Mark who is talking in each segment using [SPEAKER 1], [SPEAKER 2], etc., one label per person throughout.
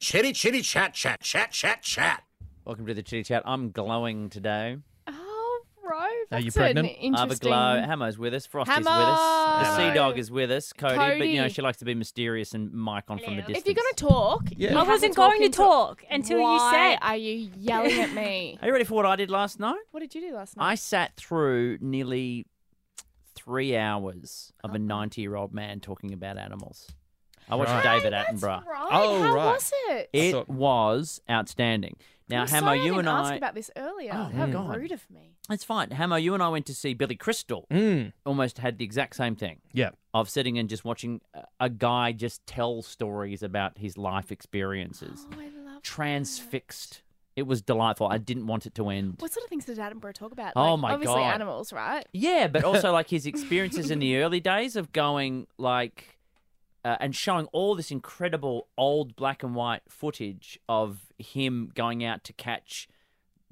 [SPEAKER 1] Chitty chitty chat chat chat chat chat.
[SPEAKER 2] Welcome to the Chitty Chat. I'm glowing today.
[SPEAKER 3] Oh, Ro,
[SPEAKER 4] Are
[SPEAKER 3] that's
[SPEAKER 4] you pregnant?
[SPEAKER 3] an
[SPEAKER 2] Arbor
[SPEAKER 3] interesting.
[SPEAKER 2] glow. Hamo's with us. Frosty's with us. The
[SPEAKER 3] Hamo!
[SPEAKER 2] sea dog is with us. Cody, but you know
[SPEAKER 3] Cody.
[SPEAKER 2] she likes to be mysterious and mic on from a distance.
[SPEAKER 3] If you're gonna talk,
[SPEAKER 4] Yeah.
[SPEAKER 3] you
[SPEAKER 4] I
[SPEAKER 5] I
[SPEAKER 3] have
[SPEAKER 5] wasn't going to
[SPEAKER 3] into-
[SPEAKER 5] talk until you
[SPEAKER 3] Why
[SPEAKER 5] said.
[SPEAKER 3] Are you yelling at me?
[SPEAKER 2] Are you ready for what I did last night?
[SPEAKER 3] what did you do last night?
[SPEAKER 2] I sat through nearly three hours of
[SPEAKER 3] Uh-huh.
[SPEAKER 2] a 90 year old man talking about animals. I watched
[SPEAKER 4] Right.
[SPEAKER 2] David
[SPEAKER 3] That's
[SPEAKER 2] Attenborough.
[SPEAKER 3] right.
[SPEAKER 4] Oh,
[SPEAKER 3] How
[SPEAKER 4] right.
[SPEAKER 3] was it?
[SPEAKER 2] It
[SPEAKER 4] So-
[SPEAKER 2] was outstanding. Now,
[SPEAKER 3] I'm
[SPEAKER 2] Hamo,
[SPEAKER 3] sorry I
[SPEAKER 2] you
[SPEAKER 3] didn't
[SPEAKER 2] and
[SPEAKER 3] ask
[SPEAKER 2] I.
[SPEAKER 3] about this earlier.
[SPEAKER 2] Oh,
[SPEAKER 3] How
[SPEAKER 2] God.
[SPEAKER 3] rude of me.
[SPEAKER 2] It's fine. Hamo, you and I went to see Billy Crystal.
[SPEAKER 4] Mm.
[SPEAKER 2] Almost had the exact same thing.
[SPEAKER 4] Yeah.
[SPEAKER 2] of sitting and just watching a- a guy just tell stories about his life experiences.
[SPEAKER 3] Oh, I love.
[SPEAKER 2] Transfixed. It was delightful. I didn't want it to end.
[SPEAKER 3] What sort of things did Attenborough talk about?
[SPEAKER 2] Oh,
[SPEAKER 3] Like,
[SPEAKER 2] my
[SPEAKER 3] obviously
[SPEAKER 2] God.
[SPEAKER 3] animals, right?
[SPEAKER 2] Yeah, but also like his experiences in the early days of going like uh, and showing all this incredible old black and white footage of him going out to catch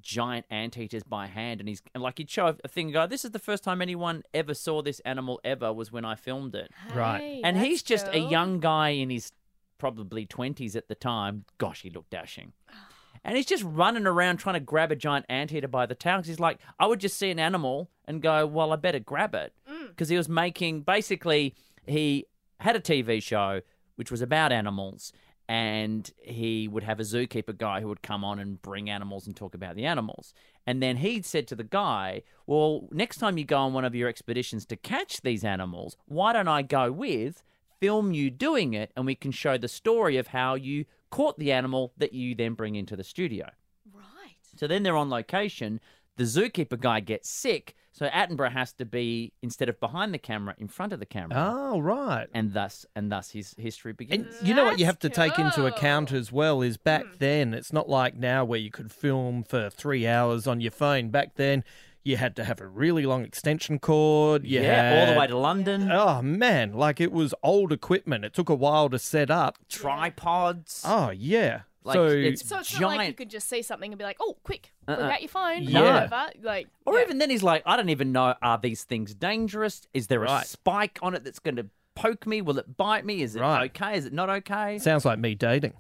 [SPEAKER 2] giant anteaters by hand and he's and like he'd show a- a thing and go this is the first time anyone ever saw this animal ever was when i filmed it
[SPEAKER 4] Right.
[SPEAKER 3] Hey,
[SPEAKER 2] and
[SPEAKER 3] that's
[SPEAKER 2] he's just a
[SPEAKER 3] cool.
[SPEAKER 2] young guy in his probably 20s at the time. Gosh, he looked dashing. And he's just running around trying to grab a giant anteater by the tail 'cause he's like, I would just see an animal and go, well, I better grab it.
[SPEAKER 3] Mm.
[SPEAKER 2] Because he was making, basically, he had a TV show which was about animals and he would have a zookeeper guy who would come on and bring animals and talk about the animals. And then he said to the guy, Well, next time you go on one of your expeditions to catch these animals, why don't I go with, film you doing it, and we can show the story of how you caught the animal that you then bring into the studio.
[SPEAKER 3] Right.
[SPEAKER 2] So then they're on location. The zookeeper guy gets sick, so Attenborough has to be instead of behind the camera, in front of the camera,
[SPEAKER 4] Oh, right.
[SPEAKER 2] and thus and thus his history
[SPEAKER 4] And
[SPEAKER 2] begins.
[SPEAKER 4] you know what you have to
[SPEAKER 3] That's
[SPEAKER 4] take into account
[SPEAKER 3] cool. Hmm.
[SPEAKER 4] as well is back then, it's not like now where you could film for three hours on your phone. Back then, you had to have a really long extension cord. You
[SPEAKER 2] yeah, all the way
[SPEAKER 4] had-
[SPEAKER 2] to London.
[SPEAKER 4] Oh, man. Like it was old equipment. It took a while to set up.
[SPEAKER 2] tripods.
[SPEAKER 4] Oh, yeah.
[SPEAKER 2] Like,
[SPEAKER 4] so
[SPEAKER 2] it's-
[SPEAKER 3] So it's not like you
[SPEAKER 2] Giant-
[SPEAKER 3] could just see something and be like, "Oh, quick, put
[SPEAKER 2] Uh-uh.
[SPEAKER 3] out your phone."
[SPEAKER 4] Yeah.
[SPEAKER 3] or whatever. Like,
[SPEAKER 2] Or
[SPEAKER 3] yeah.
[SPEAKER 2] even then, he's like, I don't even know. Are these things dangerous? Is there
[SPEAKER 4] Right.
[SPEAKER 2] a spike on it that's going to poke me? Will it bite me? Is it
[SPEAKER 4] Right.
[SPEAKER 2] okay? Is it not okay?
[SPEAKER 4] sounds like me dating.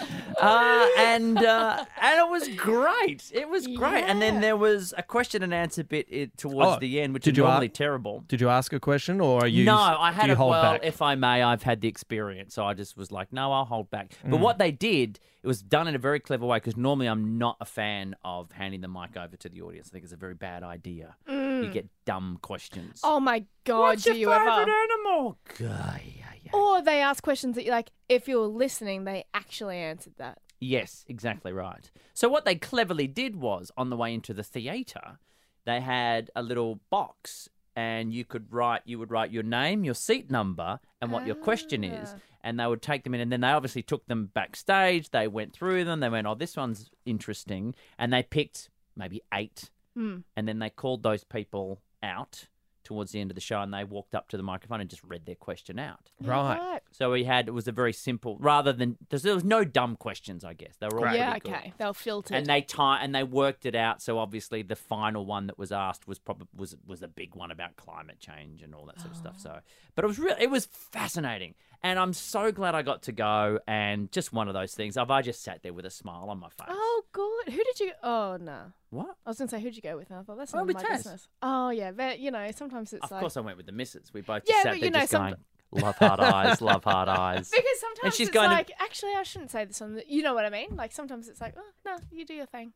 [SPEAKER 2] uh, and uh, and it was great. It was great. And then there was a question and answer bit it, towards
[SPEAKER 4] Oh,
[SPEAKER 2] the end, which
[SPEAKER 4] did
[SPEAKER 2] is
[SPEAKER 4] you
[SPEAKER 2] normally
[SPEAKER 4] ask-
[SPEAKER 2] terrible.
[SPEAKER 4] Did you ask a question or are you?
[SPEAKER 2] no, I
[SPEAKER 4] do
[SPEAKER 2] had
[SPEAKER 4] you
[SPEAKER 2] a
[SPEAKER 4] hold
[SPEAKER 2] well,
[SPEAKER 4] back?
[SPEAKER 2] if I may, I've had the experience, so I just was like, no, I'll hold back. But
[SPEAKER 4] Mm.
[SPEAKER 2] what they did, it was done in a very clever way because normally I'm not a fan of handing the mic over to the audience. I think it's a very bad idea. You get dumb questions.
[SPEAKER 3] Oh my god,
[SPEAKER 2] Mm. What's
[SPEAKER 3] do
[SPEAKER 2] your
[SPEAKER 3] you
[SPEAKER 2] favorite
[SPEAKER 3] ever?
[SPEAKER 2] animal? God, yeah, yeah.
[SPEAKER 3] Or they ask questions that you like, if you were listening, they actually answered that.
[SPEAKER 2] Yes, exactly right. So what they cleverly did was on the way into the theater, they had a little box and you could write you would write your name, your seat number and what your question is
[SPEAKER 3] Ah.
[SPEAKER 2] and they would take them in and then they obviously took them backstage, they went through them, they went oh this one's interesting and they picked maybe 8
[SPEAKER 3] Hmm.
[SPEAKER 2] and then they called those people out towards the end of the show and they walked up to the microphone and just read their question out.
[SPEAKER 3] Yeah,
[SPEAKER 4] Right.
[SPEAKER 2] So we had it was a very simple rather than because there was no dumb questions. I guess they were all
[SPEAKER 4] Right.
[SPEAKER 3] Yeah,
[SPEAKER 2] pretty good.
[SPEAKER 3] okay. They'll filter.
[SPEAKER 2] And they tie and they worked it out. So obviously the final one that was asked was probably was was a big one about climate change and all that sort of stuff.
[SPEAKER 3] Ah.
[SPEAKER 2] So, but it was real. It was fascinating, and I'm so glad I got to go. And just one of those things. I've I just sat there with a smile on my face.
[SPEAKER 3] Oh, good. Who did you? Oh no,
[SPEAKER 2] what?
[SPEAKER 3] I was gonna say who'd you go with? And I thought that's
[SPEAKER 2] Oh,
[SPEAKER 3] none of
[SPEAKER 2] with
[SPEAKER 3] my
[SPEAKER 2] Taz.
[SPEAKER 3] business. Oh yeah, but you know, sometimes it's
[SPEAKER 2] Of
[SPEAKER 3] like
[SPEAKER 2] course, I went with the missus. We both
[SPEAKER 3] Yeah,
[SPEAKER 2] just
[SPEAKER 3] but
[SPEAKER 2] sat
[SPEAKER 3] you
[SPEAKER 2] there
[SPEAKER 3] know,
[SPEAKER 2] just
[SPEAKER 3] some-
[SPEAKER 2] going, love hard eyes, love hard eyes.
[SPEAKER 3] because sometimes
[SPEAKER 2] she's
[SPEAKER 3] it's
[SPEAKER 2] going to-
[SPEAKER 3] like actually I shouldn't say this on. The... You know what I mean? Like sometimes it's like, oh no, you do your thing.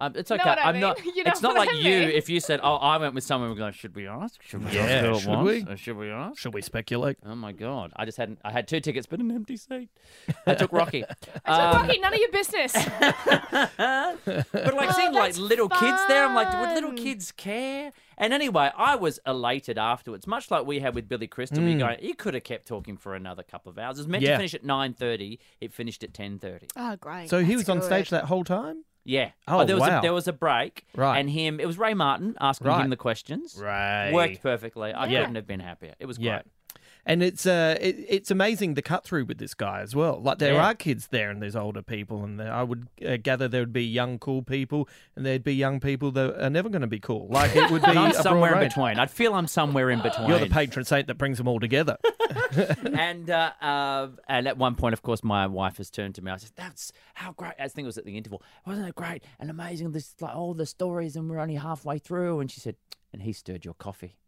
[SPEAKER 2] Um, it's
[SPEAKER 3] You know
[SPEAKER 2] okay.
[SPEAKER 3] what I
[SPEAKER 2] I'm
[SPEAKER 3] mean?
[SPEAKER 2] not.
[SPEAKER 3] You know
[SPEAKER 2] it's not
[SPEAKER 3] what
[SPEAKER 2] like
[SPEAKER 3] I
[SPEAKER 2] you.
[SPEAKER 3] mean?
[SPEAKER 2] If you said, "Oh, I went with someone," we're going, "Should we ask? Should we
[SPEAKER 4] Yeah,
[SPEAKER 2] ask who it
[SPEAKER 4] should
[SPEAKER 2] was?
[SPEAKER 4] we?
[SPEAKER 2] Or should we ask?"
[SPEAKER 4] Should we speculate?
[SPEAKER 2] Oh my god! I just hadn't. I had two tickets, but an empty seat. I took Rocky.
[SPEAKER 3] It's like,
[SPEAKER 2] Um,
[SPEAKER 3] Rocky, none of your business.
[SPEAKER 2] but like
[SPEAKER 3] Oh,
[SPEAKER 2] seeing like
[SPEAKER 3] that's
[SPEAKER 2] little kids there, I'm like, would little
[SPEAKER 3] fun.
[SPEAKER 2] kids care? And anyway, I was elated afterwards, much like we had with Billy Crystal. We go, he could have kept talking for another couple of hours. It was meant
[SPEAKER 4] Mm. Yeah.
[SPEAKER 2] to finish at nine thirty. It finished at ten thirty.
[SPEAKER 3] oh great.
[SPEAKER 4] So he
[SPEAKER 3] That's
[SPEAKER 4] was on stage
[SPEAKER 3] good.
[SPEAKER 4] that whole time?
[SPEAKER 2] Yeah.
[SPEAKER 4] Oh,
[SPEAKER 2] there was
[SPEAKER 4] wow.
[SPEAKER 2] a, there was a break.
[SPEAKER 4] Right.
[SPEAKER 2] And him. It was Ray Martin asking
[SPEAKER 4] Right.
[SPEAKER 2] him the questions.
[SPEAKER 4] Right.
[SPEAKER 2] Worked perfectly. I
[SPEAKER 3] Yeah.
[SPEAKER 2] couldn't have been happier. It was
[SPEAKER 4] Yeah.
[SPEAKER 2] great.
[SPEAKER 4] And it's uh, it, it's amazing the cut through with this guy as well. Like there
[SPEAKER 2] Yeah.
[SPEAKER 4] are kids there, and there's older people, and there, I would uh, gather there would be young cool people, and there'd be young people that are never going to be cool. Like it would be
[SPEAKER 2] And I'm
[SPEAKER 4] a broad
[SPEAKER 2] somewhere in
[SPEAKER 4] range.
[SPEAKER 2] between. I'd feel I'm somewhere in between.
[SPEAKER 4] You're the patron saint that brings them all together.
[SPEAKER 2] and uh, uh, and at one point, of course, my wife has turned to me. I said, "That's how great." I think it was at the interval. Wasn't it great and amazing? This like all the stories, and we're only halfway through. And she said, "And he stirred your coffee."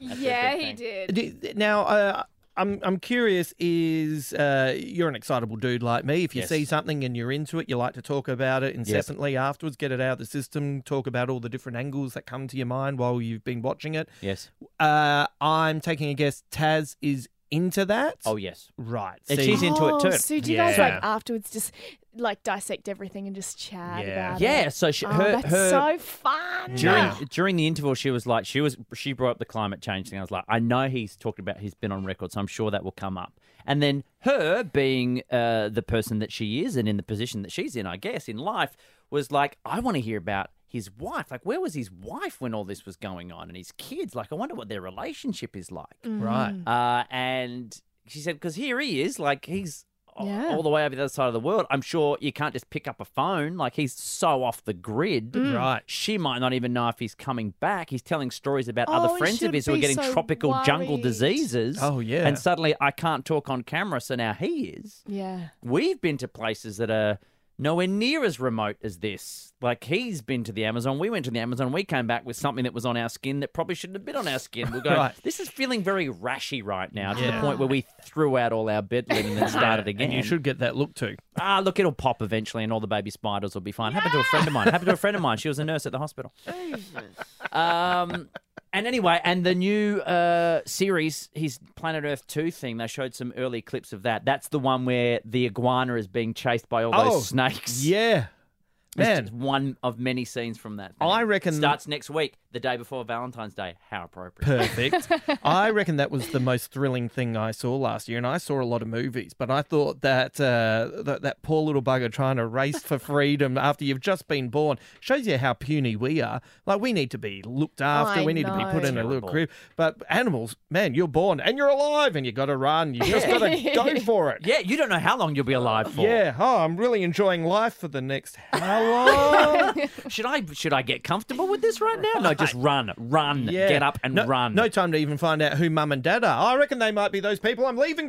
[SPEAKER 3] yeah, he
[SPEAKER 2] thing.
[SPEAKER 3] did.
[SPEAKER 4] Do- now, uh, I'm I'm curious. Is uh, you're an excitable dude like me? If you
[SPEAKER 2] Yes.
[SPEAKER 4] see something and you're into it, you like to talk about it incessantly afterwards. Get it out of the system. Talk about all the different angles that come to your mind while you've been watching it.
[SPEAKER 2] Yes.
[SPEAKER 4] Uh, I'm taking a guess. Taz is into that.
[SPEAKER 2] Oh yes.
[SPEAKER 4] right.
[SPEAKER 2] And
[SPEAKER 4] See-
[SPEAKER 2] she's in- into it
[SPEAKER 3] Oh,
[SPEAKER 2] too.
[SPEAKER 3] So do you guys
[SPEAKER 4] Yeah.
[SPEAKER 3] like afterwards just like dissect everything and just chat
[SPEAKER 4] Yeah.
[SPEAKER 3] about it?
[SPEAKER 2] Yeah. So she,
[SPEAKER 3] Oh,
[SPEAKER 2] her
[SPEAKER 3] that's
[SPEAKER 2] her
[SPEAKER 3] so fun.
[SPEAKER 2] during during the interval, she was like, she was she brought up the climate change thing. I was like, I know he's talked about he's been on record, so I'm sure that will come up. And then her being uh, the person that she is and in the position that she's in, I guess in life, was like, I want to hear about his wife. Like, where was his wife when all this was going on, and his kids? Like, I wonder what their relationship is like.
[SPEAKER 3] Mm.
[SPEAKER 4] Right.
[SPEAKER 2] Uh, and she said, because here he is, like he's a-
[SPEAKER 3] Yeah.
[SPEAKER 2] all the way over the other side of the world. I'm sure you can't just pick up a phone. Like he's so off the grid.
[SPEAKER 4] Right.
[SPEAKER 2] She might not even know if he's coming back. He's telling stories about
[SPEAKER 3] Oh,
[SPEAKER 2] other
[SPEAKER 3] he
[SPEAKER 2] friends of
[SPEAKER 3] should
[SPEAKER 2] his who are
[SPEAKER 3] be
[SPEAKER 2] getting
[SPEAKER 3] so
[SPEAKER 2] tropical jungle
[SPEAKER 3] worried.
[SPEAKER 2] diseases.
[SPEAKER 4] Oh, yeah.
[SPEAKER 2] Mm. And suddenly I can't talk on camera, so now he is.
[SPEAKER 3] Yeah.
[SPEAKER 2] We've been to places that are nowhere near as remote as this. Like he's been to the Amazon, we went to the Amazon, we came back with something that was on our skin that probably shouldn't have been on our skin. We'll go,
[SPEAKER 4] Right.
[SPEAKER 2] this is feeling very rashy right now to the
[SPEAKER 4] Yeah.
[SPEAKER 2] point where we threw out all our bed linen and started again.
[SPEAKER 4] And you should get that look too.
[SPEAKER 2] Ah, look, it'll pop eventually, and all the baby spiders will be fine. Happened to a friend of mine. Happened to a friend of mine. She was a nurse at the hospital. Um, and anyway, and the new uh, series, his Planet Earth Two thing, they showed some early clips of that. That's the one where the iguana is being chased by all those
[SPEAKER 4] Oh,
[SPEAKER 2] snakes.
[SPEAKER 4] Yeah.
[SPEAKER 2] It's
[SPEAKER 4] Man,
[SPEAKER 2] just one of many scenes from that. thing.
[SPEAKER 4] I reckon-
[SPEAKER 2] starts next week, the day before Valentine's Day. How appropriate.
[SPEAKER 4] perfect. I reckon that was the most thrilling thing I saw last year, and I saw a lot of movies. But I thought that uh, that, that poor little bugger trying to race for freedom after you've just been born shows you how puny we are. Like we need to be looked after,
[SPEAKER 3] I
[SPEAKER 4] we need to be
[SPEAKER 3] know.
[SPEAKER 4] put in a little
[SPEAKER 2] Terrible.
[SPEAKER 4] crib. But animals, man, you're born and you're alive, and you got to run. You just got to go for it.
[SPEAKER 2] Yeah, you don't know how long you'll be alive for.
[SPEAKER 4] Yeah, oh, I'm really enjoying life for the next how long?
[SPEAKER 2] Should I should I get comfortable with this right now? No, just run, run,
[SPEAKER 4] Yeah.
[SPEAKER 2] get up and
[SPEAKER 4] no,
[SPEAKER 2] run.
[SPEAKER 4] No time to even find out who mum and dad are. I reckon they might be those people I'm leaving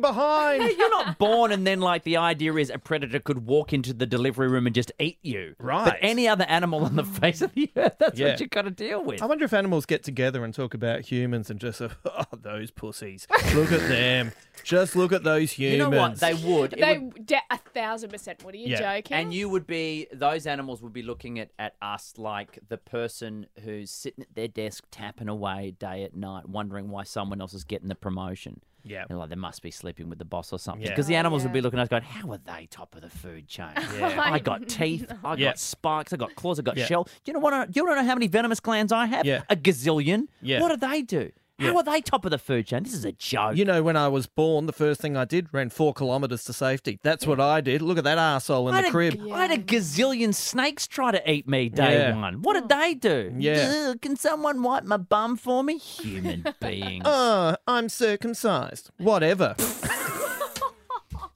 [SPEAKER 4] behind.
[SPEAKER 2] You're not born and then like the idea is a predator could walk into the delivery room and just eat you.
[SPEAKER 4] Right.
[SPEAKER 2] But any other animal on the face of the earth, that's
[SPEAKER 4] Yeah.
[SPEAKER 2] what you gotta deal with.
[SPEAKER 4] I wonder if animals get together and talk about humans and just, oh, those pussies. Look at them. Just look at those humans.
[SPEAKER 2] you know what? They would. It
[SPEAKER 3] They
[SPEAKER 2] would-
[SPEAKER 3] de- a thousand percent. What are you
[SPEAKER 4] Yeah.
[SPEAKER 3] joking?
[SPEAKER 2] and you would be those animals would be looking at, at us like the person who's sitting at their desk tapping away day at night, wondering why someone else is getting the promotion.
[SPEAKER 4] Yeah.
[SPEAKER 2] And like they must be sleeping with the boss or something.
[SPEAKER 4] Yeah.
[SPEAKER 2] Because the
[SPEAKER 3] Oh,
[SPEAKER 2] animals would be
[SPEAKER 3] yeah.
[SPEAKER 2] looking at us going, How are they top of the food chain?
[SPEAKER 4] Yeah.
[SPEAKER 2] I got teeth, I
[SPEAKER 4] Yeah.
[SPEAKER 2] got spikes, I got claws, I got
[SPEAKER 4] Yeah.
[SPEAKER 2] shell. Do you know what I, do you wanna know how many venomous glands I have?
[SPEAKER 4] Yeah.
[SPEAKER 2] A gazillion.
[SPEAKER 4] Yeah.
[SPEAKER 2] What do they do? How are they top of the food chain? This is a joke.
[SPEAKER 4] You know, when I was born, the first thing I did ran four kilometres to safety. That's what I did. Look at that arsehole in
[SPEAKER 2] I
[SPEAKER 4] the
[SPEAKER 2] had,
[SPEAKER 4] crib.
[SPEAKER 2] A, I had a gazillion snakes try to eat me day
[SPEAKER 4] Yeah.
[SPEAKER 2] one. What
[SPEAKER 3] Oh.
[SPEAKER 2] did they do?
[SPEAKER 4] Yeah.
[SPEAKER 2] Ugh, can someone wipe my bum for me? Human beings.
[SPEAKER 4] Oh, I'm circumcised. Whatever.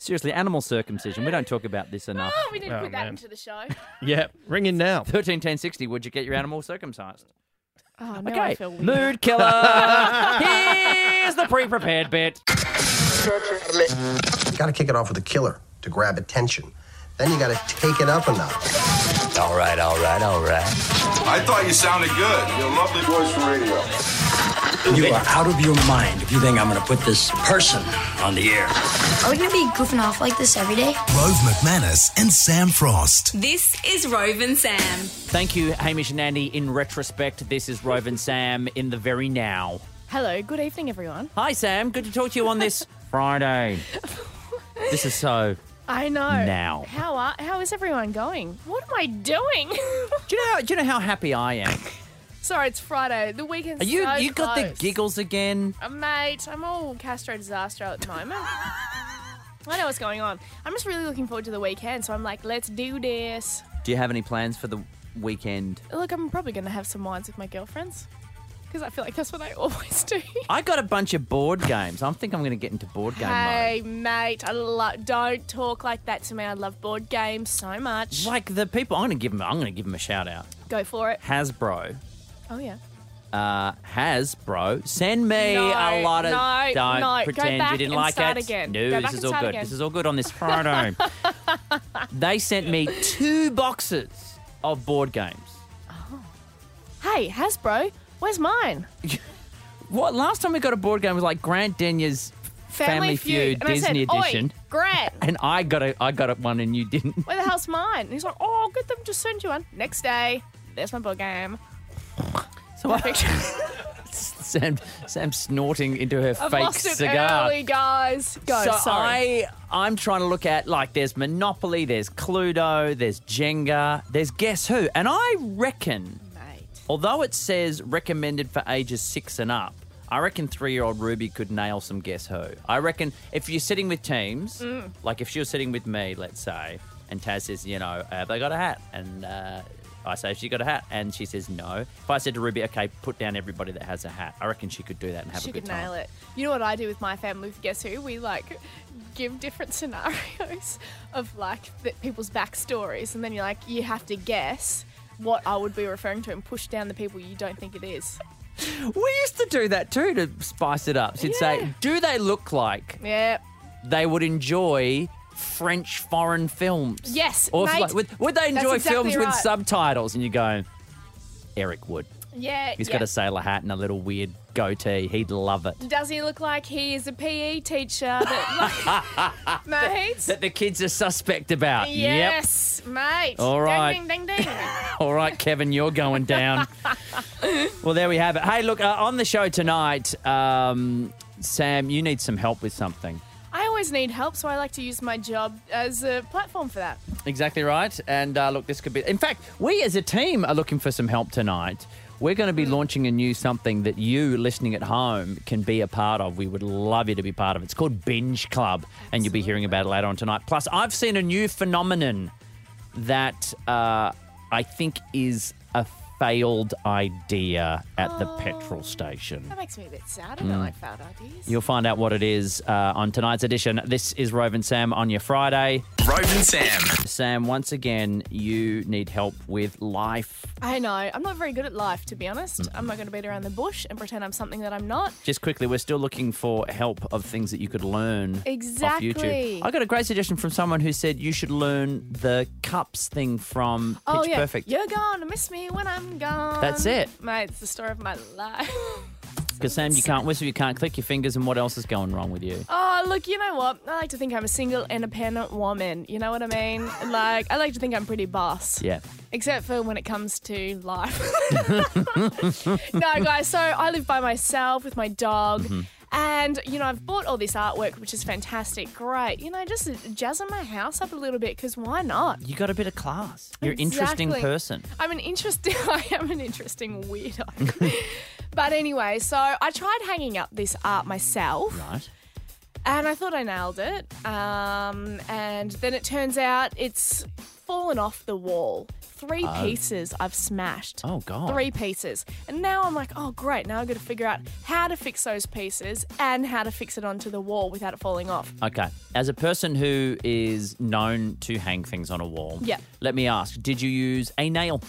[SPEAKER 2] Seriously, animal circumcision. We don't talk about this enough.
[SPEAKER 3] Oh, we need to
[SPEAKER 4] Oh,
[SPEAKER 3] put that
[SPEAKER 4] man.
[SPEAKER 3] into the show.
[SPEAKER 4] yeah, ring in now.
[SPEAKER 2] 13, 10, 60, would you get your animal circumcised?
[SPEAKER 3] Oh, now I
[SPEAKER 2] Okay.
[SPEAKER 3] feel weird.
[SPEAKER 2] Mood killer. Here's the pre prepared bit.
[SPEAKER 5] You gotta kick it off with a killer to grab attention. Then you gotta take it up a notch.
[SPEAKER 6] All right, all right, all right.
[SPEAKER 7] I thought you sounded good. You're a lovely voice for radio.
[SPEAKER 6] You are out of your mind if you think I'm going to put this person on the air.
[SPEAKER 8] Are we gonna be goofing off like this every day?
[SPEAKER 9] Rove McManus and Sam Frost.
[SPEAKER 10] This is Rove and Sam.
[SPEAKER 2] Thank you, Hamish and Andy. In retrospect, this is Rove and Sam in the very now.
[SPEAKER 3] Hello, good evening, everyone.
[SPEAKER 2] Hi, Sam. Good to talk to you on this Friday. This is so.
[SPEAKER 3] I know.
[SPEAKER 2] Now.
[SPEAKER 3] how are how is everyone going? What am I doing?
[SPEAKER 2] Do you know? How, do you know how happy I am?
[SPEAKER 3] Sorry, it's Friday. The weekend's
[SPEAKER 2] Are you
[SPEAKER 3] so
[SPEAKER 2] you got the
[SPEAKER 3] close.
[SPEAKER 2] giggles again?
[SPEAKER 3] Uh, mate. I'm all Castro disaster at the moment. I know what's going on. I'm just really looking forward to the weekend, so I'm like, let's do this.
[SPEAKER 2] Do you have any plans for the weekend?
[SPEAKER 3] Look, I'm probably going to have some wines with my girlfriends. because I feel like that's what I always do.
[SPEAKER 2] I got a bunch of board games. I think I'm going to get into board game
[SPEAKER 3] Hey, mate, I lo- don't talk like that to me. I love board games so much.
[SPEAKER 2] mode. Like the people, I'm going to give them. I'm going to give them a shout out.
[SPEAKER 3] Go for it.
[SPEAKER 2] Hasbro,
[SPEAKER 3] Oh, yeah.
[SPEAKER 2] uh, Hasbro, send me
[SPEAKER 3] No,
[SPEAKER 2] a lot of.
[SPEAKER 3] no,
[SPEAKER 2] don't
[SPEAKER 3] no. Go
[SPEAKER 2] pretend
[SPEAKER 3] back
[SPEAKER 2] you didn't
[SPEAKER 3] and
[SPEAKER 2] like
[SPEAKER 3] start
[SPEAKER 2] it.
[SPEAKER 3] again.
[SPEAKER 2] No,
[SPEAKER 3] Go
[SPEAKER 2] this
[SPEAKER 3] back
[SPEAKER 2] is
[SPEAKER 3] and
[SPEAKER 2] all
[SPEAKER 3] start
[SPEAKER 2] good.
[SPEAKER 3] again.
[SPEAKER 2] This is all good on this Friday. they sent me two boxes of board games.
[SPEAKER 3] Hey, Hasbro, where's mine?
[SPEAKER 2] What last time we got a board game was like Grant Denya's Family Feud
[SPEAKER 3] And I said,
[SPEAKER 2] Disney edition.
[SPEAKER 3] Oi, Grant,
[SPEAKER 2] and I got a I got it one and you didn't.
[SPEAKER 3] where the hell's mine? And he's like, oh, I'll get them to send you one. Next day, there's my board game.
[SPEAKER 2] So I Sam Sam snorting into her
[SPEAKER 3] I've
[SPEAKER 2] fake
[SPEAKER 3] lost it
[SPEAKER 2] cigar.
[SPEAKER 3] early, guys. Go,
[SPEAKER 2] so
[SPEAKER 3] sorry.
[SPEAKER 2] I I'm trying to look at like there's Monopoly, there's Cluedo, there's Jenga, there's Guess Who, and I reckon
[SPEAKER 3] Mate.
[SPEAKER 2] although it says recommended for ages six and up, I reckon three year old Ruby could nail some Guess Who. I reckon if you're sitting with teams,
[SPEAKER 3] Mm.
[SPEAKER 2] like if she was sitting with me, let's say, and Taz says, you know, have they got a hat? And uh, I say, she got a hat? And she says, no. If I said to Ruby, okay, put down everybody that has a hat, I reckon she could do that and have
[SPEAKER 3] She
[SPEAKER 2] a good
[SPEAKER 3] could
[SPEAKER 2] time.
[SPEAKER 3] nail it. You know what I do with my family with Guess Who? We like give different scenarios of like the, people's backstories, and then you're like, you have to guess what I would be referring to and push down the people you don't think it is.
[SPEAKER 2] We used to do that too to spice it up. She'd
[SPEAKER 3] Yeah.
[SPEAKER 2] say, do they look like
[SPEAKER 3] Yeah.
[SPEAKER 2] they would enjoy French foreign films.
[SPEAKER 3] Yes,
[SPEAKER 2] or if,
[SPEAKER 3] mate.
[SPEAKER 2] like, would, would they enjoy
[SPEAKER 3] exactly
[SPEAKER 2] films with
[SPEAKER 3] right.
[SPEAKER 2] subtitles? And you go, Eric would.
[SPEAKER 3] Yeah.
[SPEAKER 2] He's
[SPEAKER 3] yeah.
[SPEAKER 2] got a sailor hat and a little weird goatee. He'd love it.
[SPEAKER 3] Does he look like he is a PE teacher that like, mate?
[SPEAKER 2] That the kids are suspect about.
[SPEAKER 3] Yes, mate.
[SPEAKER 2] All right.
[SPEAKER 3] Ding, ding, ding, ding.
[SPEAKER 2] Yep. All right, Kevin, you're going down. well, there we have it. Hey, look, uh, on the show tonight, um, Sam, you need some help with something.
[SPEAKER 3] I always need help, so I like to use my job as a platform for that.
[SPEAKER 2] Exactly right. And uh, look, this could be. In fact, we as a team are looking for some help tonight. We're going to be launching a new something that you listening at home can be a part of. We would love you to be part of. It's called Binge Club, and you'll be hearing about it later on tonight. Plus, I've seen a new phenomenon that uh, I think is a failed idea at the petrol station.
[SPEAKER 3] That makes me a bit sad. I
[SPEAKER 2] Hmm.
[SPEAKER 3] don't like bad ideas.
[SPEAKER 2] You'll find out what it is uh, on tonight's edition. This is Rove and Sam on your Friday.
[SPEAKER 9] Rove and Sam.
[SPEAKER 2] Sam, once again, you need help with life.
[SPEAKER 3] I know. I'm not very good at life, to be honest. I'm not going to beat around the bush and pretend I'm something that I'm not.
[SPEAKER 2] Just quickly, we're still looking for help of things that you could learn
[SPEAKER 3] Exactly.
[SPEAKER 2] off YouTube. I got a great suggestion from someone who said you should learn the cups thing from Pitch
[SPEAKER 3] oh yeah,
[SPEAKER 2] Perfect
[SPEAKER 3] you're gonna miss me when I'm gone.
[SPEAKER 2] That's it.
[SPEAKER 3] mate. It's the story of my life.
[SPEAKER 2] because Sam, you can't whistle, you can't click your fingers, and what else is going wrong with you?
[SPEAKER 3] oh look, you know what? I like to think I'm a single, independent woman. You know what I mean? Like I like to think I'm pretty boss.
[SPEAKER 2] Yeah.
[SPEAKER 3] Except for when it comes to life. no, guys, so I live by myself with my dog.
[SPEAKER 2] Mm-hmm.
[SPEAKER 3] And, you know, I've bought all this artwork, which is fantastic. Great. You know, just jazzing my house up a little bit because why not?
[SPEAKER 2] You got a bit of class. You're an interesting
[SPEAKER 3] Exactly.
[SPEAKER 2] person.
[SPEAKER 3] I'm an interesting. I am an interesting weirdo. but anyway, so I tried hanging up this art myself,
[SPEAKER 2] Right.
[SPEAKER 3] and I thought I nailed it. Um, and then it turns out it's fallen off the wall. Three pieces I've smashed.
[SPEAKER 2] Uh, Oh, God.
[SPEAKER 3] Three pieces, and now I'm like, oh great! Now I've got to figure out how to fix those pieces and how to fix it onto the wall without it falling off.
[SPEAKER 2] Okay. As a person who is known to hang things on a wall,
[SPEAKER 3] Yeah.
[SPEAKER 2] let me ask, did you use a nail?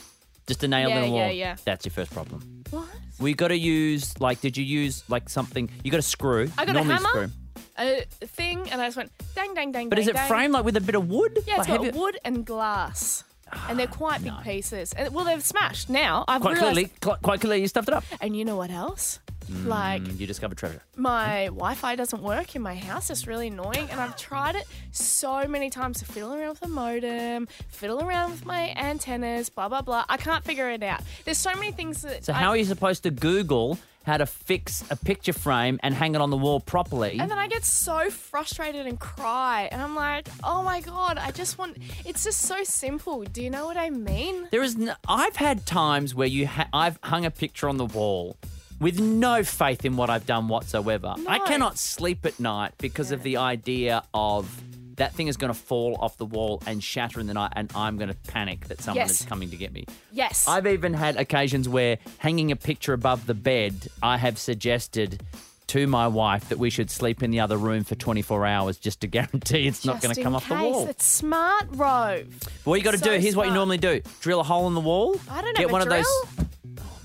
[SPEAKER 2] Just a nail
[SPEAKER 3] Yeah,
[SPEAKER 2] in a
[SPEAKER 3] yeah,
[SPEAKER 2] wall?
[SPEAKER 3] yeah.
[SPEAKER 2] That's your first problem.
[SPEAKER 3] What?
[SPEAKER 2] We got to use like. Did you use like something? You got a screw.
[SPEAKER 3] I got a
[SPEAKER 2] normally
[SPEAKER 3] hammer.
[SPEAKER 2] Screw.
[SPEAKER 3] A thing, and I just went dang, dang, dang.
[SPEAKER 2] But is
[SPEAKER 3] dang,
[SPEAKER 2] it
[SPEAKER 3] dang.
[SPEAKER 2] framed like with a bit of wood?
[SPEAKER 3] Yeah,
[SPEAKER 2] like,
[SPEAKER 3] it's got
[SPEAKER 2] have you- Ah,
[SPEAKER 3] wood and glass. And they're quite big pieces. And, well, they've smashed now. I've
[SPEAKER 2] Quite
[SPEAKER 3] realised-
[SPEAKER 2] clearly, Hmm. cl- quite clearly, you stuffed it up. Mm,
[SPEAKER 3] And you know what else? Like,
[SPEAKER 2] You discovered treasure.
[SPEAKER 3] my Wi Fi doesn't work in my house. It's really annoying. And I've tried it so many times to fiddle around with the modem, fiddle around with my antennas, blah, blah, blah. I can't figure it out. There's so many things that.
[SPEAKER 2] So
[SPEAKER 3] I-
[SPEAKER 2] how are you supposed to Google how to fix a picture frame and hang it on the wall properly?
[SPEAKER 3] And then I get so frustrated and cry. And I'm like, oh my God, I just want. It's just so simple. Do you know what I mean?
[SPEAKER 2] there is. N- I've had times where you. Ha- I've hung a picture on the wall. With no faith in what I've done whatsoever. I
[SPEAKER 3] No.
[SPEAKER 2] cannot sleep at night because of the idea of that thing is going to fall off the wall and shatter in the night, and I'm going to panic that someone
[SPEAKER 3] Yes.
[SPEAKER 2] is coming to get me.
[SPEAKER 3] Yes.
[SPEAKER 2] I've even had occasions where hanging a picture above the bed, I have suggested to my wife that we should sleep in the other room for 24 hours just to guarantee it's not going
[SPEAKER 3] Just
[SPEAKER 2] to
[SPEAKER 3] in
[SPEAKER 2] come off the
[SPEAKER 3] case.
[SPEAKER 2] wall.
[SPEAKER 3] It's smart, Rove.
[SPEAKER 2] But what you got to
[SPEAKER 3] so
[SPEAKER 2] do, here's what you
[SPEAKER 3] smart.
[SPEAKER 2] normally do drill a hole in the wall.
[SPEAKER 3] I don't
[SPEAKER 2] Get
[SPEAKER 3] have
[SPEAKER 2] one
[SPEAKER 3] a drill.
[SPEAKER 2] of those.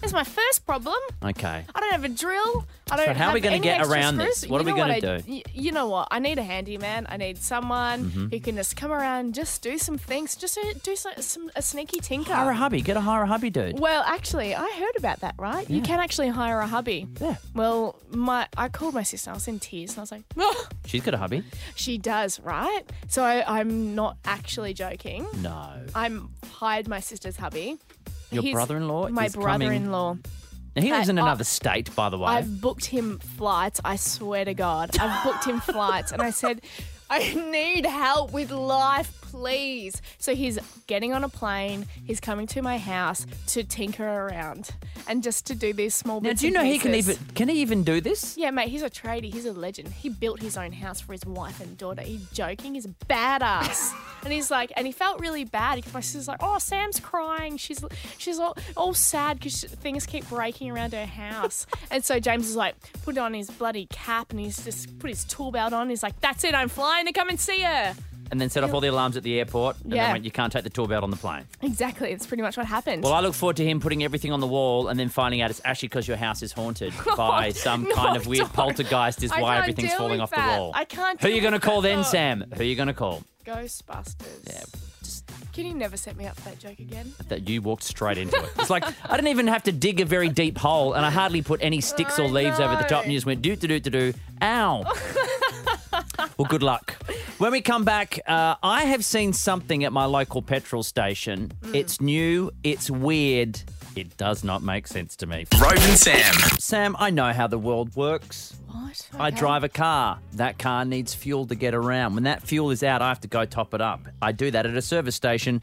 [SPEAKER 3] That's my first problem.
[SPEAKER 2] Okay.
[SPEAKER 3] I don't have a drill. I don't.
[SPEAKER 2] So how are we
[SPEAKER 3] going
[SPEAKER 2] gonna
[SPEAKER 3] to
[SPEAKER 2] get around this? What are we gonna do?
[SPEAKER 3] You know what? I need a handyman. I need someone
[SPEAKER 2] Mm-hmm.
[SPEAKER 3] who can just come around, just do some things, just do, do some, some a sneaky tinker.
[SPEAKER 2] Hire a hubby. Get a hire a hubby dude.
[SPEAKER 3] Well, actually, I heard about that, right? You can actually hire a hubby.
[SPEAKER 2] Yeah.
[SPEAKER 3] Well, my I called my sister. I was in tears, and I was like, "Oh,
[SPEAKER 2] She's got a hubby.
[SPEAKER 3] she does, right?" So I, I'm not actually joking.
[SPEAKER 2] No.
[SPEAKER 3] I'm hired my sister's hubby.
[SPEAKER 2] Your brother-in-law
[SPEAKER 3] My
[SPEAKER 2] is coming-
[SPEAKER 3] brother-in-law.
[SPEAKER 2] Now, he lives
[SPEAKER 3] I-
[SPEAKER 2] in
[SPEAKER 3] I-
[SPEAKER 2] another state, by the way.
[SPEAKER 3] I've booked him flights. I swear to God, I've booked him flights, and I said, I need help with life, please. So he's getting on a plane. He's coming to my house to tinker around and just to do these small.
[SPEAKER 2] now,
[SPEAKER 3] bits
[SPEAKER 2] do you
[SPEAKER 3] and
[SPEAKER 2] know he can
[SPEAKER 3] pieces.
[SPEAKER 2] even can he even do this?
[SPEAKER 3] Yeah, mate, he's a tradie. He's a legend. He built his own house for his wife and daughter. He's joking. He's a badass. and he's like, and he felt really bad because my sister's like, oh, Sam's crying. She's she's all, all sad because things keep breaking around her house. and so James is like, put on his bloody cap and he's just put his tool belt on. He's like, that's it. I'm flying to come and see her.
[SPEAKER 2] And then set off all the alarms at the airport. And
[SPEAKER 3] Yeah.
[SPEAKER 2] then went, you can't take the tour belt on the plane.
[SPEAKER 3] Exactly. That's pretty much what happened.
[SPEAKER 2] Well, I look forward to him putting everything on the wall and then finding out it's actually because your house is haunted by some
[SPEAKER 3] no,
[SPEAKER 2] kind of weird
[SPEAKER 3] don't.
[SPEAKER 2] poltergeist is
[SPEAKER 3] I
[SPEAKER 2] why
[SPEAKER 3] can't
[SPEAKER 2] everything's
[SPEAKER 3] deal
[SPEAKER 2] falling
[SPEAKER 3] with
[SPEAKER 2] off
[SPEAKER 3] that.
[SPEAKER 2] the wall.
[SPEAKER 3] I can't
[SPEAKER 2] Who are
[SPEAKER 3] deal
[SPEAKER 2] you going to
[SPEAKER 3] with
[SPEAKER 2] call
[SPEAKER 3] that
[SPEAKER 2] then,
[SPEAKER 3] thought.
[SPEAKER 2] Sam? Who are you going to call?
[SPEAKER 3] Ghostbusters.
[SPEAKER 2] Yeah. Just
[SPEAKER 3] Can you never set me up for that joke again?
[SPEAKER 2] that you walked straight into it. It's like I didn't even have to dig a very deep hole, and I hardly put any sticks or
[SPEAKER 3] Oh, I
[SPEAKER 2] leaves over the
[SPEAKER 3] know.
[SPEAKER 2] top, and you just went doo doo doo doo doo. Ow. well, good luck. When we come back, uh, I have seen something at my local petrol station.
[SPEAKER 3] Hmm.
[SPEAKER 2] It's new. It's weird. It does not make sense to me.
[SPEAKER 9] Rove and Sam.
[SPEAKER 2] Sam, I know how the world works.
[SPEAKER 3] What?
[SPEAKER 2] I
[SPEAKER 3] Okay.
[SPEAKER 2] drive a car. That car needs fuel to get around. When that fuel is out, I have to go top it up. I do that at a service station.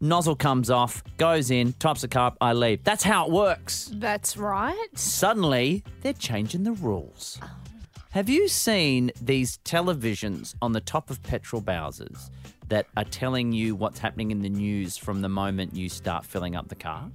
[SPEAKER 2] Nozzle comes off, goes in, tops the car up, I leave. That's how it works.
[SPEAKER 3] That's right.
[SPEAKER 2] Suddenly, they're changing the rules. Have you seen these televisions on the top of petrol bowsers that are telling you what's happening in the news from the moment you start filling up the car?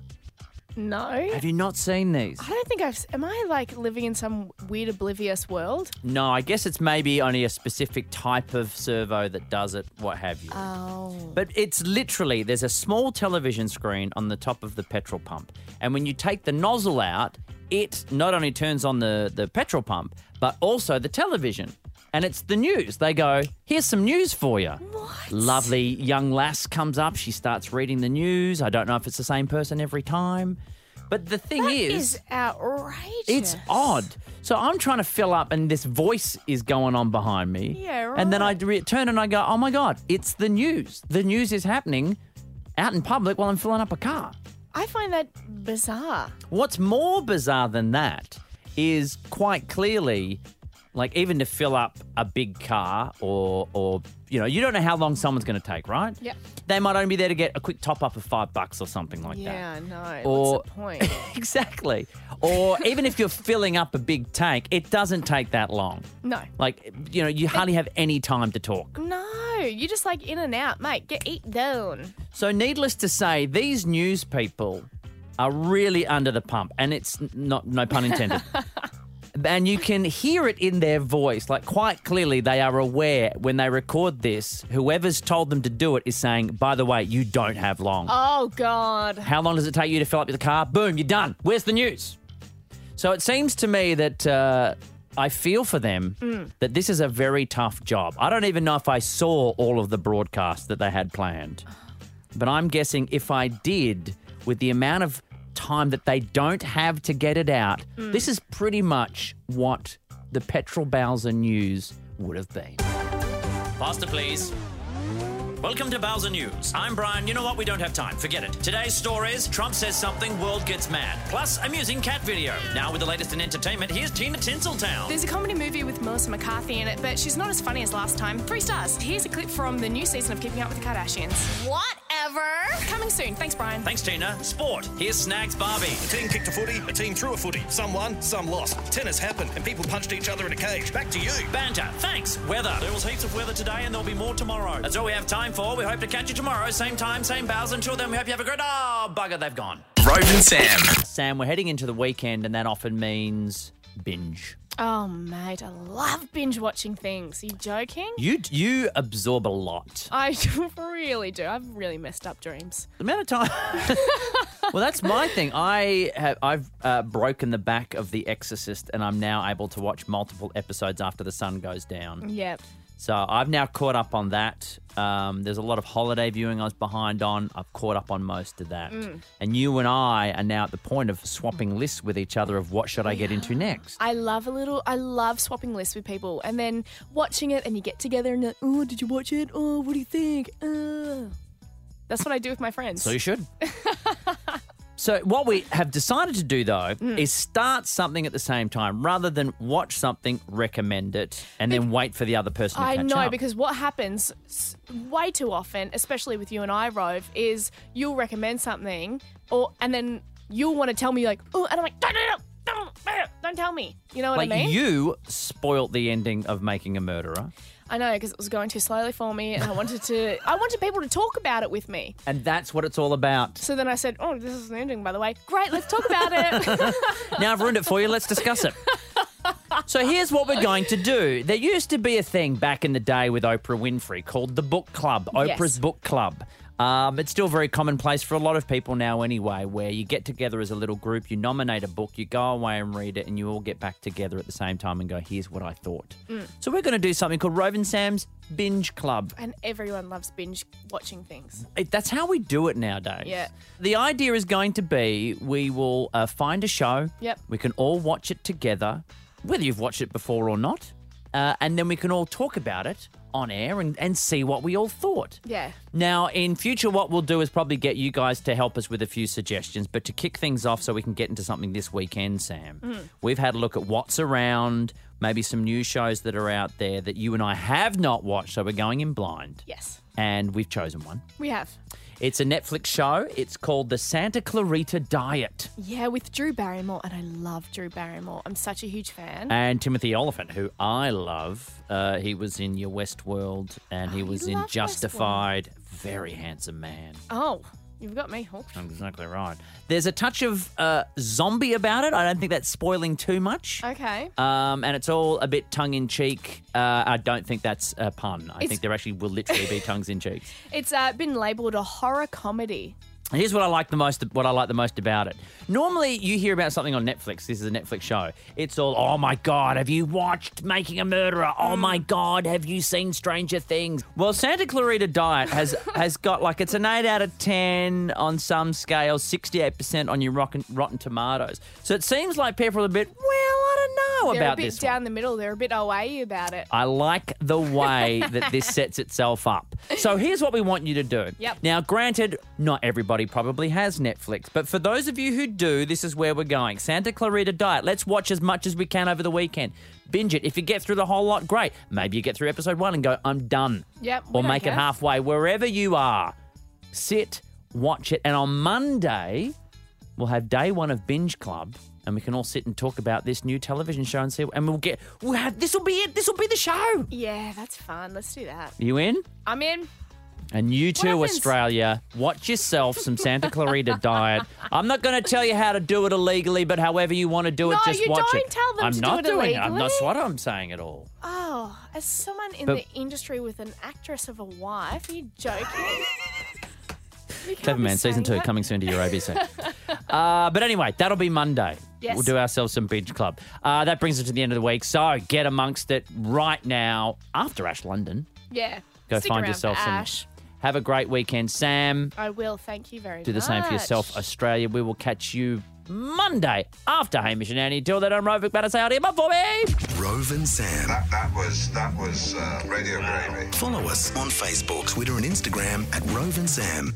[SPEAKER 3] No.
[SPEAKER 2] Have you not seen these?
[SPEAKER 3] I don't think I've. s- Am I like living in some weird oblivious world?
[SPEAKER 2] No, I guess it's maybe only a specific type of servo that does it, what have you.
[SPEAKER 3] Oh.
[SPEAKER 2] But it's literally there's a small television screen on the top of the petrol pump. And when you take the nozzle out, it not only turns on the, the petrol pump, but also the television. And it's the news. They go, here's some news for you. What? Lovely young lass comes up. She starts reading the news. I don't know if it's the same person every time. But the thing
[SPEAKER 3] That is outrageous.
[SPEAKER 2] it's odd. So I'm trying to fill up, and this voice is going on behind me.
[SPEAKER 3] Yeah,
[SPEAKER 2] And then I
[SPEAKER 3] right.
[SPEAKER 2] re- turn and I go, oh my God, it's the news. The news is happening out in public while I'm filling up a car.
[SPEAKER 3] I find that bizarre.
[SPEAKER 2] What's more bizarre than that is quite clearly, like, even to fill up a big car or, or you know, you don't know how long someone's going to take, right?
[SPEAKER 3] Yep.
[SPEAKER 2] They might only be there to get a quick top up of five bucks or something like that.
[SPEAKER 3] Yeah, no.
[SPEAKER 2] Or-
[SPEAKER 3] What's the point?
[SPEAKER 2] Exactly. Or even if you're filling up a big tank, it doesn't take that long.
[SPEAKER 3] No.
[SPEAKER 2] Like, you know, you hardly have any time to talk.
[SPEAKER 3] No, you just like in and out, mate. Get eat down.
[SPEAKER 2] So, needless to say, these news people are really under the pump, and it's n- not, no pun intended. and you can hear it in their voice. Like, quite clearly, they are aware when they record this, whoever's told them to do it is saying, by the way, you don't have long.
[SPEAKER 3] Oh God.
[SPEAKER 2] How long does it take you to fill up your car? Boom, you're done. Where's the news? So it seems to me that uh, I feel for them that this is a very tough job. I don't even know if I saw all of the broadcasts that they had planned, but I'm guessing if I did, with the amount of time that they don't have to get it out, this is pretty much what the Petrol Bowser news would have been. Faster, please. Welcome to Bowser News. I'm Brian. You know what? We don't have time. Forget it. Today's story is Trump says something, world gets mad. Plus, amusing cat video. Now, with the latest in entertainment, here's Tina Tinseltown.
[SPEAKER 3] There's a comedy movie with Melissa McCarthy in it, but she's not as funny as last time. Three stars. Here's a clip from the new season of Keeping Up with the Kardashians.
[SPEAKER 10] Whatever. Cover.
[SPEAKER 3] Coming soon. Thanks, Brian.
[SPEAKER 11] Thanks, Tina. Sport. Here's Snags Barbie.
[SPEAKER 12] A team kicked a footy, a team threw a footy. Some won, some lost. Tennis happened, and people punched each other in a cage. Back to you.
[SPEAKER 11] Banter. Thanks. Weather. There was heaps of weather today, and there'll be more tomorrow. That's all we have time for. We hope to catch you tomorrow. Same time, same bows. Until then, we hope you have a great. Oh, bugger, they've gone.
[SPEAKER 9] Rove and Sam.
[SPEAKER 2] Sam, we're heading into the weekend, and that often means binge.
[SPEAKER 3] Oh, mate, I love binge watching things. Are you joking?
[SPEAKER 2] You you absorb a lot.
[SPEAKER 3] I really do. I've really messed up dreams.
[SPEAKER 2] The amount of time. well, that's my thing. I have I've uh, broken the back of The Exorcist, and I'm now able to watch multiple episodes after the sun goes down.
[SPEAKER 3] Yep.
[SPEAKER 2] So I've now caught up on that. Um, there's a lot of holiday viewing I was behind on. I've caught up on most of that.
[SPEAKER 3] Mm.
[SPEAKER 2] And you and I are now at the point of swapping lists with each other of what should I get into next.
[SPEAKER 3] I love a little. I love swapping lists with people and then watching it, and you get together and like, oh, did you watch it? Oh, what do you think? Uh. That's what I do with my friends.
[SPEAKER 2] So you should. so what we have decided to do though
[SPEAKER 3] Mm.
[SPEAKER 2] is start something at the same time rather than watch something, recommend it, and then wait for the other person to
[SPEAKER 3] I
[SPEAKER 2] catch
[SPEAKER 3] know
[SPEAKER 2] up.
[SPEAKER 3] because what happens s- way too often, especially with you and I, Rove, is you'll recommend something, or and then you'll want to tell me like, oh, and I'm like, don't, no, no, no, don't tell me. You know what
[SPEAKER 2] like
[SPEAKER 3] I mean?
[SPEAKER 2] you spoilt the ending of Making a Murderer,
[SPEAKER 3] I know because it was going too slowly for me, and I wanted to, I wanted people to talk about it with me.
[SPEAKER 2] and that's what it's all about.
[SPEAKER 3] So then I said, oh, this is an ending, by the way. Great, let's talk about it.
[SPEAKER 2] now I've ruined it for you. Let's discuss it. So here's what we're going to do. There used to be a thing back in the day with Oprah Winfrey called the book club,
[SPEAKER 3] Yes.
[SPEAKER 2] Oprah's book club. Um, it's still very commonplace for a lot of people now, anyway, where you get together as a little group, you nominate a book, you go away and read it, and you all get back together at the same time and go, here's what I thought. So we're going to do something called Roven Sam's Binge Club.
[SPEAKER 3] and everyone loves binge watching things.
[SPEAKER 2] It- that's how we do it nowadays.
[SPEAKER 3] Yeah.
[SPEAKER 2] The idea is going to be we will uh, find a show.
[SPEAKER 3] Yep.
[SPEAKER 2] We can all watch it together, whether you've watched it before or not, uh, and then we can all talk about it on air and, and see what we all thought.
[SPEAKER 3] Yeah.
[SPEAKER 2] Now, in future, what we'll do is probably get you guys to help us with a few suggestions. But to kick things off, so we can get into something this weekend, Sam,
[SPEAKER 3] Mm-hmm.
[SPEAKER 2] we've had a look at what's around, maybe some new shows that are out there that you and I have not watched. So we're going in blind.
[SPEAKER 3] Yes,
[SPEAKER 2] And we've chosen one.
[SPEAKER 3] we have.
[SPEAKER 2] It's a Netflix show. It's called The Santa Clarita Diet.
[SPEAKER 3] Yeah, with Drew Barrymore, and I love Drew Barrymore. I'm such a huge fan.
[SPEAKER 2] And Timothy Oliphant, who I love, uh, he was in Your Westworld and he
[SPEAKER 3] Oh, you
[SPEAKER 2] was in
[SPEAKER 3] love
[SPEAKER 2] Justified. Very handsome man.
[SPEAKER 3] oh, you've got me Oh. hooked.
[SPEAKER 2] Exactly right. There's a touch of uh, zombie about it. I don't think that's spoiling too much.
[SPEAKER 3] Okay.
[SPEAKER 2] Um, and it's all a bit tongue in cheek. Uh, I don't think that's a pun. I
[SPEAKER 3] It's-
[SPEAKER 2] think there actually will literally be tongues in cheek.
[SPEAKER 3] It's uh, been labelled a horror comedy.
[SPEAKER 2] And Here's what I like the most. What I like the most about it. Normally, you hear about something on Netflix. This is a Netflix show. It's all, oh my god, have you watched Making a Murderer? Oh my
[SPEAKER 3] Mm.
[SPEAKER 2] god, have you seen Stranger Things? Well, Santa Clarita Diet has has got like it's an eight out of ten on some scale, sixty eight percent on your rotten, rotten Tomatoes. So it seems like people are a bit, well, I don't know
[SPEAKER 3] They're
[SPEAKER 2] about
[SPEAKER 3] a bit
[SPEAKER 2] this.
[SPEAKER 3] down
[SPEAKER 2] one.
[SPEAKER 3] the middle. They're a bit OA about it.
[SPEAKER 2] I like the way that this sets itself up. So here's what we want you to do.
[SPEAKER 3] Yep.
[SPEAKER 2] Now, granted, not everybody probably has Netflix, but for those of you who do, this is where we're going. Santa Clarita Diet. Let's watch as much as we can over the weekend. Binge it. If you get through the whole lot, great. Maybe you get through episode one and go, I'm done.
[SPEAKER 3] Yep, we
[SPEAKER 2] Or
[SPEAKER 3] don't
[SPEAKER 2] make
[SPEAKER 3] care.
[SPEAKER 2] it halfway. Wherever you are, sit, watch it. And on Monday, we'll have day one of Binge Club. And we can all sit and talk about this new television show and see, and we'll get, we'll have, this will be it, this will be the show.
[SPEAKER 3] yeah, that's fun. Let's do that.
[SPEAKER 2] You in?
[SPEAKER 3] I'm in.
[SPEAKER 2] And you too,
[SPEAKER 3] happens?
[SPEAKER 2] Australia, watch yourself some Santa Clarita diet. I'm not going to tell you how to do it illegally, but however you want to do it,
[SPEAKER 3] No,
[SPEAKER 2] just
[SPEAKER 3] you
[SPEAKER 2] watch
[SPEAKER 3] don't
[SPEAKER 2] it.
[SPEAKER 3] tell them
[SPEAKER 2] I'm
[SPEAKER 3] to do
[SPEAKER 2] not
[SPEAKER 3] it
[SPEAKER 2] doing it. I'm not. That's
[SPEAKER 3] illegally.
[SPEAKER 2] what I'm saying at all.
[SPEAKER 3] Oh, as someone in
[SPEAKER 2] But-
[SPEAKER 3] the industry with an actress of a wife, are you joking? You can't
[SPEAKER 2] Clever
[SPEAKER 3] be
[SPEAKER 2] Man, season
[SPEAKER 3] saying
[SPEAKER 2] two,
[SPEAKER 3] that.
[SPEAKER 2] coming soon to your ABC. uh, but anyway, that'll be Monday.
[SPEAKER 3] Yes.
[SPEAKER 2] We'll do ourselves some binge club. Uh, that brings us to the end of the week. So get amongst it right now after Ash London.
[SPEAKER 3] Yeah.
[SPEAKER 2] Go
[SPEAKER 3] Stick
[SPEAKER 2] find
[SPEAKER 3] around
[SPEAKER 2] yourself
[SPEAKER 3] for
[SPEAKER 2] some.
[SPEAKER 3] Ash.
[SPEAKER 2] Have a great weekend, Sam.
[SPEAKER 3] I will. Thank you very much.
[SPEAKER 2] Do the same for yourself, Australia. We will catch you Monday after Hamish and Annie. Till then, I'm Rovic Say out here, but for me.
[SPEAKER 9] Rove and Sam.
[SPEAKER 7] That, that was that was uh, radio gravy.
[SPEAKER 9] Follow us on Facebook, Twitter, and Instagram at Rove and Sam.